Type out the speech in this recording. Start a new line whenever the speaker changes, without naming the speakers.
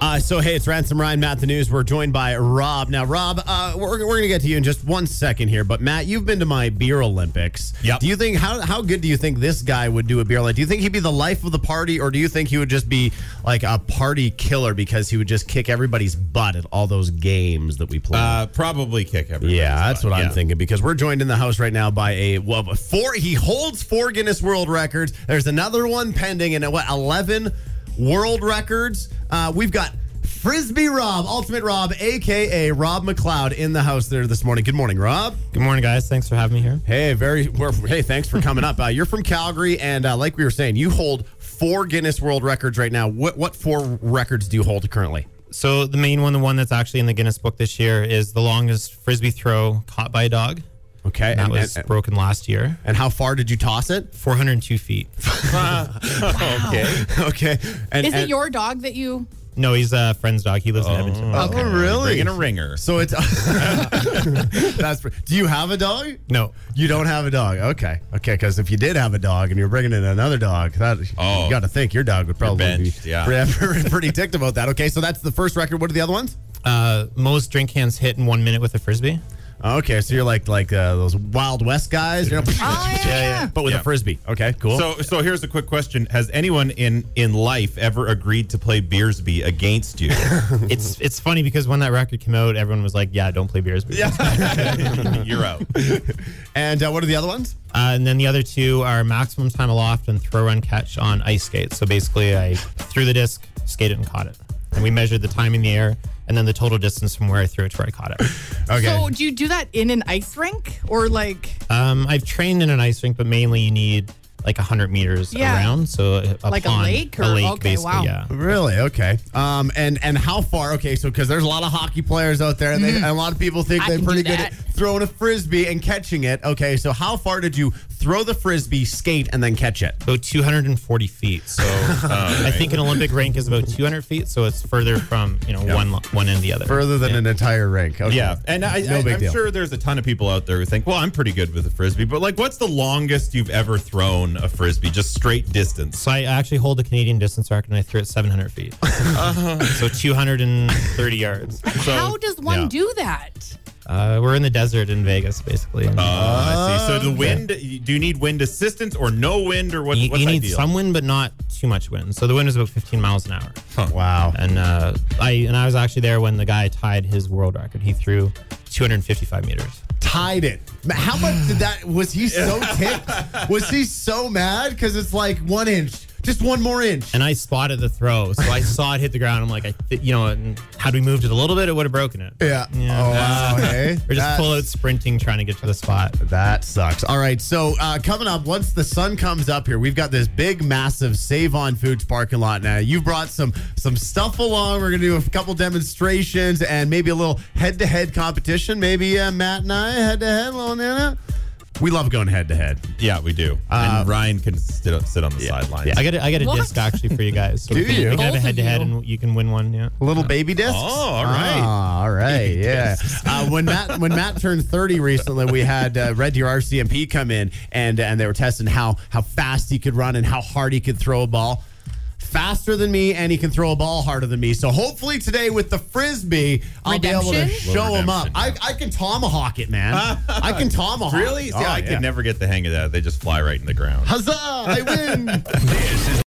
Uh, so, hey, it's Ransom Ryan, Matt the News. We're joined by Rob. Now, Rob, uh, we're, we're going to get to you in just one second here, but Matt, you've been to my beer Olympics.
Yep.
Do you think, how, how good do you think this guy would do at beer Olympics? Do you think he'd be the life of the party, or do you think he would just be like a party killer because he would just kick everybody's butt at all those games that we play?
Uh, probably kick everybody.
Yeah, that's what I'm thinking because we're joined in the house right now by a well, four. He holds four Guinness World Records. There's another one pending, and uh, what eleven world records? Uh, we've got Frisbee Rob, Ultimate Rob, aka Rob McLeod, in the house there this morning. Good morning, Rob.
Good morning, guys. Thanks for having me here.
Hey, very. We're, hey, thanks for coming up. Uh, you're from Calgary, and uh, like we were saying, you hold four Guinness World Records right now. What what four records do you hold currently?
So the main one, the one that's actually in the Guinness Book this year, is the longest frisbee throw caught by a dog.
Okay,
And that
and,
was
and-
broken last year,
and how far did you toss it?
402 feet.
okay.
okay, and,
Is
and-
it your dog that you?
No, he's a friend's dog. He lives in Edmonton.
Oh, really?
Bringing a ringer.
So it's that's. pr- Do you have a dog?
No.
You don't have a dog. Okay, okay. Because if you did have a dog and you're bringing in another dog, that
Oh.
you got to think your dog would probably
benched,
be
yeah.
pretty, pretty ticked about that. Okay, so that's the first record. What are the other ones?
Uh, most drink cans hit in one minute with a frisbee.
Okay, so you're like like uh, those Wild West guys, you know,
Oh, yeah, yeah.
but with
Yeah.
a frisbee. Okay, cool.
So, so here's a quick question: Has anyone in in life ever agreed to play Beersby against you?
It's it's funny because when that record came out, everyone was like, "Yeah, don't play beers." Yeah.
You're out.
and uh, what are the other ones?
Uh, and then the other two are maximum time aloft and throw run catch on ice skates. So basically, I threw the disc, skated, and caught it. And we measured the time in the air and then the total distance from where I threw it to where I caught it.
Okay.
So do you do that in an ice rink or like
Um, I've trained in an ice rink, but mainly you need like 100 meters
Yeah.
around. So a- a
Like a
pond,
lake
a
or-
lake,
okay,
basically,
wow.
yeah.
Really? Okay. Um, and and how far? Okay, so because there's a lot of hockey players out there, and, they, and a lot of people think
Mm-hmm. I
they're
can
pretty
do
good
that.
at throwing a frisbee and catching it. Okay, so how far did you throw the frisbee, skate, and then catch it?
About 240 feet. So uh, I think an Olympic rink is about 200 feet. So it's further from you know one one end to the other.
Further than
Yeah.
an entire rink. Okay.
Yeah, and I,
No
I,
big
I'm
deal.
sure there's a ton of people out there who think, "Well, I'm pretty good with a frisbee," but like, what's the longest you've ever thrown a frisbee, just straight distance?
So I actually hold the Canadian distance record and I threw it 700 feet. So 230 yards.
So-
how does one
yeah.
do that?
Uh, we're in the desert in Vegas, basically. And,
Oh, I see. So
Um,
the wind, do you need wind assistance or no wind or what,
you,
what's
you need
ideal?
some wind, but not too much wind. So the wind is about 15 miles an hour.
Wow.
and uh, I and I was actually there when the guy tied his world record. He threw 255 meters.
Tied it. Ma- How much did that? Was he so ticked? was he so mad? Because it's like one inch, just one more inch.
And I spotted the throw, so I saw it hit the ground. I'm like, I th- you know, and had we moved it a little bit, it would have broken it.
yeah. Oh wow. Hey.
Or just
That's-
pull out sprinting, trying to get to the spot.
That sucks. All right, so uh, coming up, once the sun comes up here, we've got this big, massive Save On Foods parking lot. Now you brought some some stuff along. We're gonna do a couple demonstrations and maybe a little head to head competition. Maybe uh, Matt and I head to head, little Nana. We love going head to head.
Yeah, we do.
Uh,
and Ryan can sit, sit on the sidelines.
I got a, I got a
What?
disc actually for you guys. So
Do
we can-
you?
We can have
Both
a
of
head to head,
you.
and you can win one. Yeah.
Little baby discs.
Oh, all right.
Ah, all right. Yeah. Uh, when Matt when Matt turned thirty recently, we had uh, Red Deer RCMP come in and and they were testing how how fast he could run and how hard he could throw a ball. Faster than me, and he can throw a ball harder than me. So hopefully today with the frisbee, I'll be able to
Redemption?
show him up.
Redemption,
I, I can tomahawk it, man. I can tomahawk.
Really?
It.
See,
Oh,
I could
yeah.
never get the hang of that. They just fly right in the ground.
Huzzah! I win.
This is